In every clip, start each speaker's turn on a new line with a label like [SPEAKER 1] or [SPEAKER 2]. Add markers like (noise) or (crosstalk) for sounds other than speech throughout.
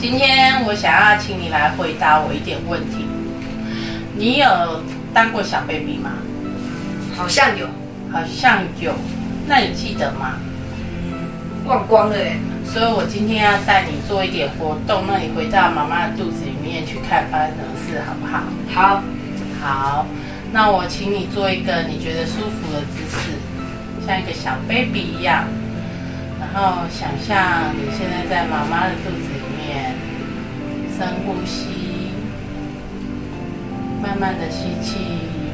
[SPEAKER 1] 今天我想要请你来回答我一点问题。你有当过小 baby 吗？
[SPEAKER 2] 好像有
[SPEAKER 1] 好像有，那你记得吗？
[SPEAKER 2] 忘光了哎，
[SPEAKER 1] 所以我今天要带你做一点活动，让你回到妈妈的肚子里面去看发生什么事，好不好？
[SPEAKER 2] 好，
[SPEAKER 1] 好，那我请你做一个你觉得舒服的姿势，像一个小 baby 一样，然后想象你现在在妈妈的肚子里面，深呼吸，慢慢的吸气，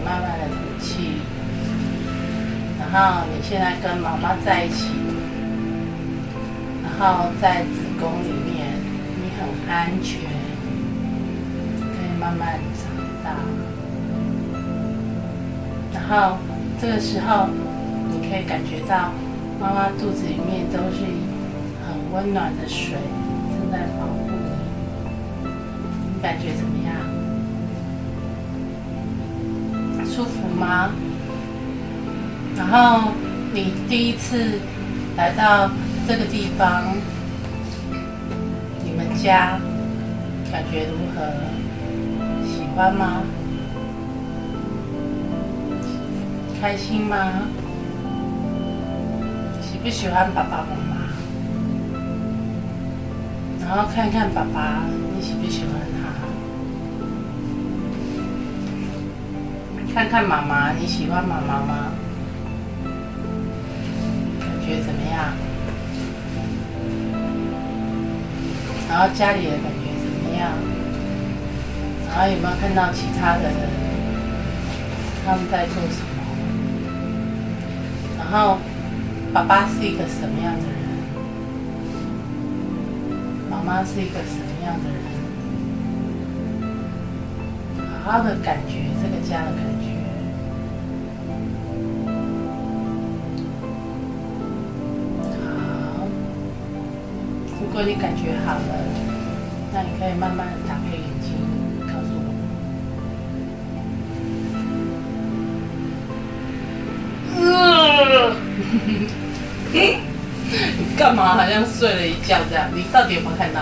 [SPEAKER 1] 慢慢的吐气，然后你现在跟妈妈在一起，然后在子宫里面，你很安全，可以慢慢长大。然后这个时候，你可以感觉到妈妈肚子里面都是很温暖的水正在保护你，你感觉怎么样？舒服吗？然后你第一次来到这个地方，你们家感觉如何？喜欢吗？开心吗？喜不喜欢爸爸妈妈？然后看看爸爸，你喜不喜欢他？看看妈妈，你喜欢妈妈吗？感觉怎么样？然后家里的感觉怎么样？然后有没有看到其他的人？他们在做什么，然后爸爸是一个什么样的人，妈妈是一个什么样的人，好好的感觉这个家的感觉。好，如果你感觉好了，那你可以慢慢的打开眼睛，告诉我。你干嘛？好像睡了一觉这样。你到底有没有看到？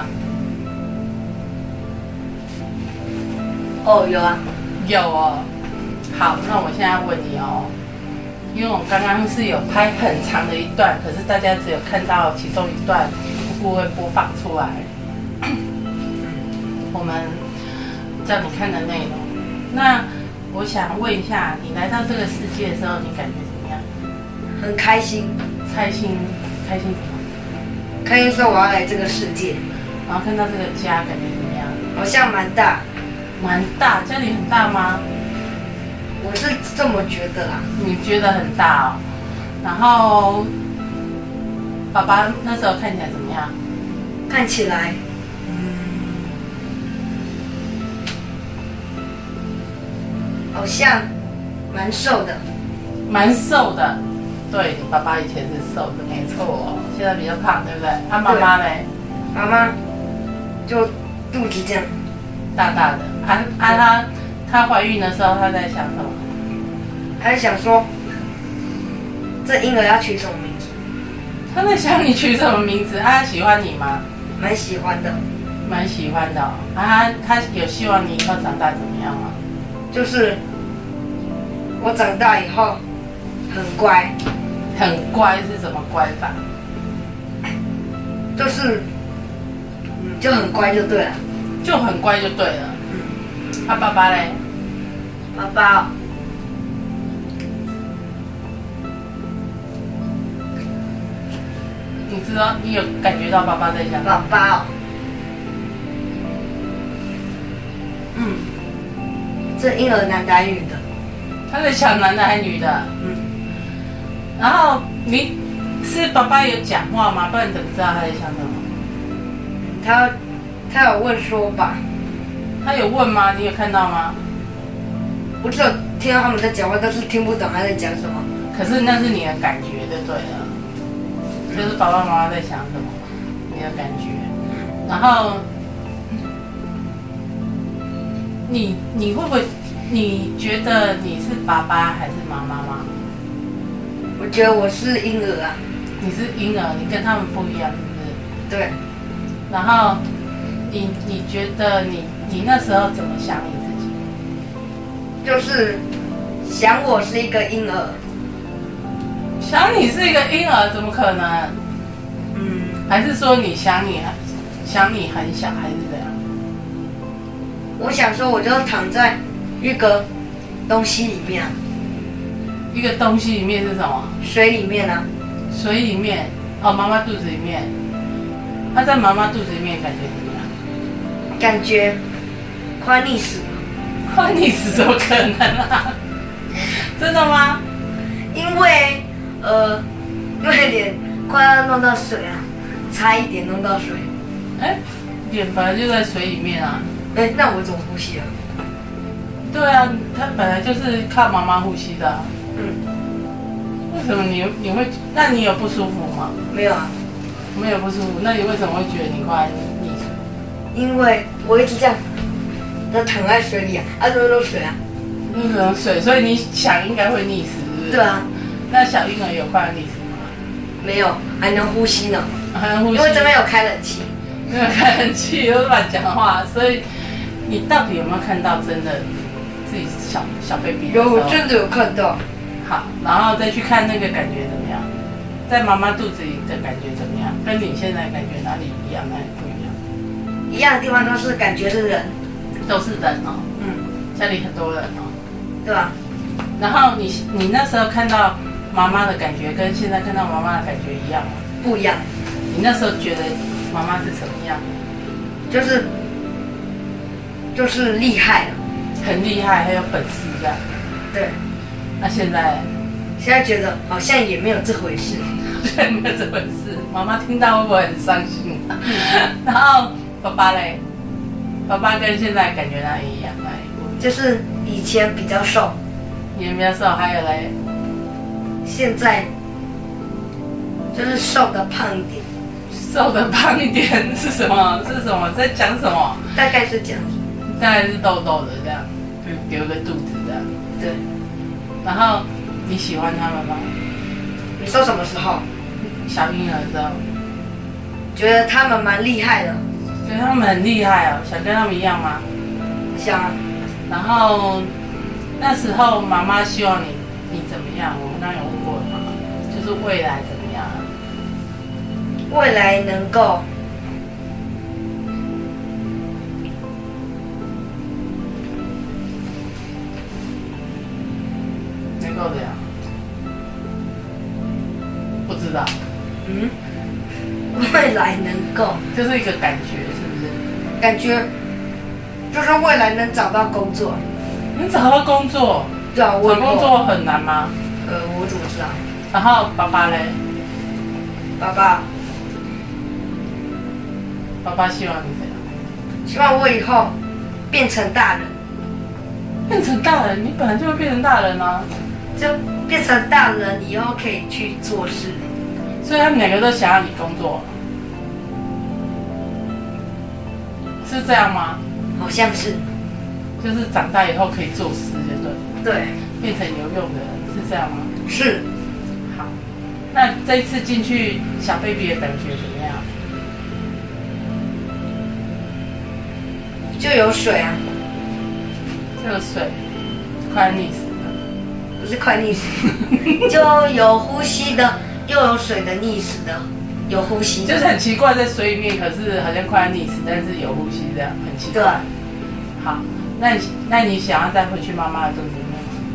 [SPEAKER 2] 哦有啊，
[SPEAKER 1] 有哦。好，那我现在问你哦，因为我刚刚是有拍很长的一段，可是大家只有看到其中一段，不会播放出来。 (coughs) 我们叫你看的内容。那我想问一下，你来到这个世界的时候，你感觉怎么样？
[SPEAKER 2] 很开心，
[SPEAKER 1] 开心，开心什么？
[SPEAKER 2] 开心说我要来这个世界，
[SPEAKER 1] 然后看到这个家，感觉怎么样？
[SPEAKER 2] 好像蛮大，
[SPEAKER 1] 蛮大，家里很大吗？
[SPEAKER 2] 我是这么觉得啦。
[SPEAKER 1] 你觉得很大哦。然后，爸爸那时候看起来怎么样？
[SPEAKER 2] 看起来，嗯，好像蛮瘦的，
[SPEAKER 1] 蛮瘦的。对，你爸爸以前是瘦的，没错哦。现在比较胖，对不对？他、妈妈嘞，
[SPEAKER 2] 妈妈就肚子这样，
[SPEAKER 1] 大大的。啊啊，她她怀孕的时候，她在想什么？
[SPEAKER 2] 还想说这婴儿要取什么名字，
[SPEAKER 1] 她在想你取什么名字？啊她喜欢你吗？
[SPEAKER 2] 蛮喜欢的，
[SPEAKER 1] 蛮喜欢的、哦。啊，她她有希望你以后长大怎么样吗？
[SPEAKER 2] 就是我长大以后很乖。
[SPEAKER 1] 很乖是怎么乖法？
[SPEAKER 2] 就是，嗯，就很乖就对了。
[SPEAKER 1] 就很乖就对了。
[SPEAKER 2] 嗯，
[SPEAKER 1] 他、爸爸嘞？
[SPEAKER 2] 爸爸，
[SPEAKER 1] 你知道你有感觉到爸爸在想什么？
[SPEAKER 2] 爸爸、哦，
[SPEAKER 1] 嗯，
[SPEAKER 2] 这婴儿男的还是女的？
[SPEAKER 1] 他在想男的还是女的？
[SPEAKER 2] 嗯，
[SPEAKER 1] 然后你是爸爸有讲话吗？不然你怎么知道他在想什么？
[SPEAKER 2] 他他有问说吧，
[SPEAKER 1] 他有问吗？你有看到吗？
[SPEAKER 2] 我只有听到他们在讲话，但是听不懂他在讲什么。
[SPEAKER 1] 可是那是你的感觉就对了，就是爸爸妈妈在想什么，你的感觉。然后你你会不会？你觉得你是爸爸还是妈妈吗？
[SPEAKER 2] 我觉得我是婴儿啊，
[SPEAKER 1] 你是婴儿，你跟他们不一样，是不是？
[SPEAKER 2] 对，
[SPEAKER 1] 然后你你觉得你你那时候怎么想你自己？
[SPEAKER 2] 就是想我是一个婴儿，
[SPEAKER 1] 想你是一个婴儿，怎么可能？
[SPEAKER 2] 嗯，
[SPEAKER 1] 还是说你想你想你很小，还是怎样？
[SPEAKER 2] 我想说我就躺在一个东西里面啊、
[SPEAKER 1] 一个东西里面是什么？
[SPEAKER 2] 水里面啊，
[SPEAKER 1] 水里面哦，妈妈肚子里面。那、在妈妈肚子里面感觉怎么样？
[SPEAKER 2] 感觉快溺死了，
[SPEAKER 1] 关你死怎么可能啊？真的吗？
[SPEAKER 2] 因为呃，因为脸快要弄到水啊，差一点弄到水，
[SPEAKER 1] 哎，脸本来就在水里面啊。
[SPEAKER 2] 哎，那我怎么呼吸啊？
[SPEAKER 1] 对啊，它本来就是靠妈妈呼吸的啊、
[SPEAKER 2] 嗯，
[SPEAKER 1] 为什么你你会？那你有不舒服吗？
[SPEAKER 2] 没有啊，
[SPEAKER 1] 没有不舒服，那你为什么会觉得你快你
[SPEAKER 2] 因为我一直这样，那躺在水里啊，啊，都都水啊，
[SPEAKER 1] 那种水？所以你想应该会溺死，是不是？
[SPEAKER 2] 对。啊，
[SPEAKER 1] 那小婴儿有快溺死吗？
[SPEAKER 2] 没有，还能呼吸呢，
[SPEAKER 1] 还能呼吸？
[SPEAKER 2] 因为这边有开冷气，
[SPEAKER 1] 没有看人气，又乱讲话，所以你到底有没有看到真的自己小小 baby 的时
[SPEAKER 2] 有
[SPEAKER 1] 候
[SPEAKER 2] 我真的有看到，
[SPEAKER 1] 好，然后再去看那个感觉怎么样，在妈妈肚子里的感觉怎么样，跟你现在感觉哪里一样，哪里不一样？
[SPEAKER 2] 一样的地方都是感觉是人，
[SPEAKER 1] 都是人哦，
[SPEAKER 2] 嗯，
[SPEAKER 1] 家里很多人哦。
[SPEAKER 2] 对吧、
[SPEAKER 1] 然后你你那时候看到妈妈的感觉跟现在看到妈妈的感觉一样吗？
[SPEAKER 2] 不一样，
[SPEAKER 1] 你那时候觉得妈妈是什么样？
[SPEAKER 2] 就是就是厉害了，
[SPEAKER 1] 很厉害，很有本事这样。
[SPEAKER 2] 对。
[SPEAKER 1] 那现在 (laughs)
[SPEAKER 2] 现在觉得好像也没有这回事。
[SPEAKER 1] 对，没有这回事。妈妈听到会不会很伤心、 (laughs) 啊？然后爸爸嘞，爸爸跟现在感觉哪里一样？哪里不一
[SPEAKER 2] 就是以前比较瘦，
[SPEAKER 1] 样？你有没有瘦？还有嘞，
[SPEAKER 2] 现在就是瘦的胖一点，
[SPEAKER 1] 瘦的胖一点是什么？是什么？在讲什么？
[SPEAKER 2] 大概是这样。
[SPEAKER 1] 当然是痘痘的这样，
[SPEAKER 2] 嗯
[SPEAKER 1] 留个肚子这样。
[SPEAKER 2] 对，
[SPEAKER 1] 然后你喜欢他们吗？
[SPEAKER 2] 你说什么时候
[SPEAKER 1] 小婴儿的时候，
[SPEAKER 2] 觉得他们蛮厉害的？
[SPEAKER 1] 觉得他们很厉害哦，想跟他们一样吗？
[SPEAKER 2] 想啊，
[SPEAKER 1] 然后那时候妈妈希望你你怎么样？我们刚刚有问过妈妈，就是未来怎么样啊？
[SPEAKER 2] 未来能够
[SPEAKER 1] 能够怎样？不知道，
[SPEAKER 2] 嗯，未来能够
[SPEAKER 1] 就是一个感觉，是不是？
[SPEAKER 2] 感觉就是未来能找到工作。
[SPEAKER 1] 你找到工作，
[SPEAKER 2] 对啊，
[SPEAKER 1] 找
[SPEAKER 2] 我以后
[SPEAKER 1] 工，作很难吗？
[SPEAKER 2] 呃，我怎么知道？
[SPEAKER 1] 然后爸爸嘞，
[SPEAKER 2] 爸爸，
[SPEAKER 1] 爸爸希望你怎样？
[SPEAKER 2] 希望我以后变成大人，
[SPEAKER 1] 变成大人，你本来就会变成大人啊，
[SPEAKER 2] 就变成大人以后可以去做事。
[SPEAKER 1] 所以他们两个都想要你工作，是这样吗？
[SPEAKER 2] 好像是，
[SPEAKER 1] 就是长大以后可以做事，对不对？
[SPEAKER 2] 对，
[SPEAKER 1] 变成有用的人，是这样吗？
[SPEAKER 2] 是
[SPEAKER 1] 好，那这一次进去小 baby 的感觉怎么样？
[SPEAKER 2] 就有水啊，
[SPEAKER 1] 这个水快溺死了，
[SPEAKER 2] 不是快
[SPEAKER 1] (laughs)
[SPEAKER 2] 溺死，就有呼吸的，又有水的溺死的，有呼吸
[SPEAKER 1] 就是
[SPEAKER 2] 的，
[SPEAKER 1] 很奇怪，在水里面，可是好像快要溺死，但是有呼吸这样，很奇
[SPEAKER 2] 对
[SPEAKER 1] 怪
[SPEAKER 2] 啊。，
[SPEAKER 1] 好，那你那你想要再回去妈妈的肚子里面吗？
[SPEAKER 2] 嗯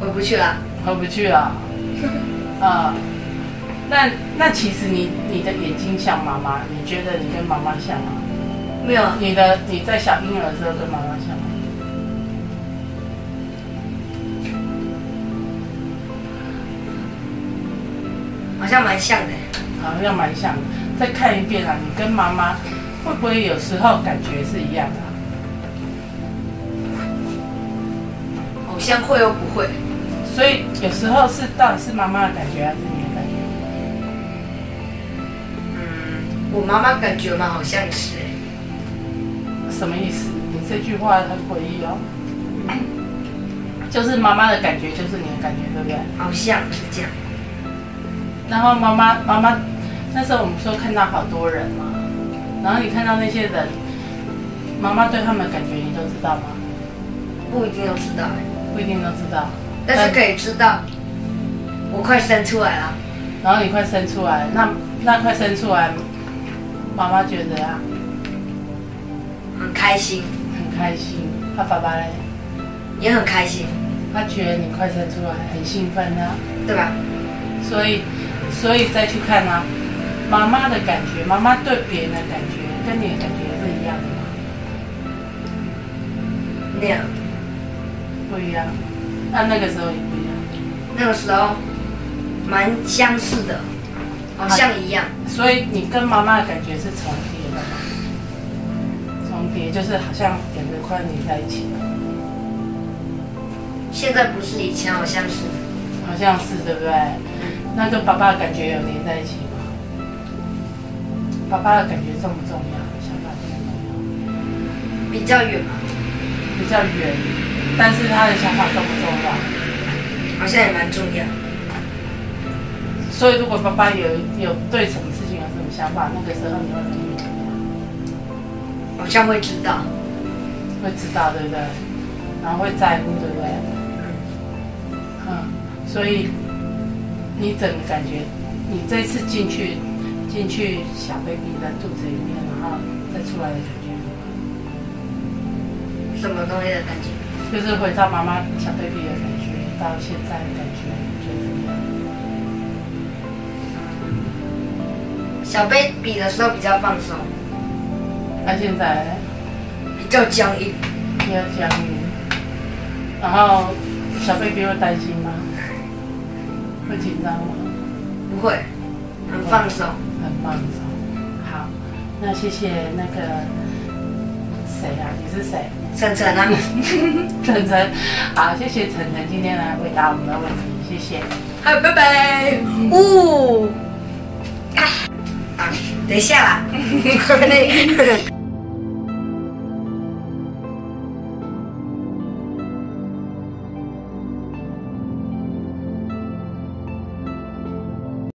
[SPEAKER 2] 回不去了，
[SPEAKER 1] 回不去了。啊、那那其实你你的眼睛像妈妈，你觉得你跟妈妈像吗？
[SPEAKER 2] 没有啊，
[SPEAKER 1] 你的你在小婴儿的时候跟妈妈像吗？
[SPEAKER 2] 好像蛮像的，
[SPEAKER 1] 好像蛮像的。再看一遍啊，你跟妈妈会不会有时候感觉是一样的啊、
[SPEAKER 2] 好像会又不会，
[SPEAKER 1] 所以有时候是到底是妈妈的感觉还是你的感觉？
[SPEAKER 2] 嗯，我妈妈感觉嘛好像是，
[SPEAKER 1] 什么意思？你这句话很诡异哦。就是妈妈的感觉就是你的感觉，对不对？
[SPEAKER 2] 好像是这样，
[SPEAKER 1] 然后妈妈妈妈那时候我们说看到好多人嘛，然后你看到那些人，妈妈对他们的感觉你都知道吗？
[SPEAKER 2] 不一定要知道，
[SPEAKER 1] 不一定都知道。
[SPEAKER 2] 但是可以知道，我快生出来了，
[SPEAKER 1] 然后你快生出来，那那快生出来，妈妈觉得啊
[SPEAKER 2] 很开心，
[SPEAKER 1] 很开心。他爸爸嘞，
[SPEAKER 2] 也很开心，
[SPEAKER 1] 他觉得你快生出来很兴奋啊，
[SPEAKER 2] 对吧？
[SPEAKER 1] 所以所以再去看啊，妈妈的感觉，妈妈对别人的感觉跟你的感觉是一样的吗？
[SPEAKER 2] 那样
[SPEAKER 1] 不一样。那那个时候也不一样。
[SPEAKER 2] 那个时候蛮相似的，好像一样，
[SPEAKER 1] 所以你跟妈妈的感觉是重叠的吗？重叠就是好像两个块粘在一起了，
[SPEAKER 2] 现在不是以前好像是
[SPEAKER 1] 好像是对不对？那跟爸爸的感觉有连在一起吗？爸爸的感觉重不重要？想法重不重
[SPEAKER 2] 比较远嘛，
[SPEAKER 1] 要？比较远，但是他的想法重不重要？
[SPEAKER 2] 好像也蛮重要。
[SPEAKER 1] 所以如果爸爸有有对什么事情有什么想法，那个时候你会怎么样？
[SPEAKER 2] 好像会知道，
[SPEAKER 1] 会知道，对不对？然后会在乎，对不对？嗯，所以你整个感觉，你这次进去进去小 baby 的肚子里面，然后再出来的感觉，
[SPEAKER 2] 什么东西的感觉，
[SPEAKER 1] 就是回到妈妈小 baby 的感觉，到现在的感觉，你觉得怎么样？
[SPEAKER 2] 小 baby 的时候比较放松，
[SPEAKER 1] 那现在呢
[SPEAKER 2] 比较僵硬，
[SPEAKER 1] 你要讲你，然后小 baby 会担心吗？会紧张吗？
[SPEAKER 2] 不会，很放松。
[SPEAKER 1] 很棒的时候好，那谢谢那个谁啊？你是谁？
[SPEAKER 2] 晨晨啊，
[SPEAKER 1] 晨晨，好，谢谢晨晨今天来回答我们的问题，谢谢。
[SPEAKER 2] 好，拜拜。哎呜、啊，啊，等一下啦，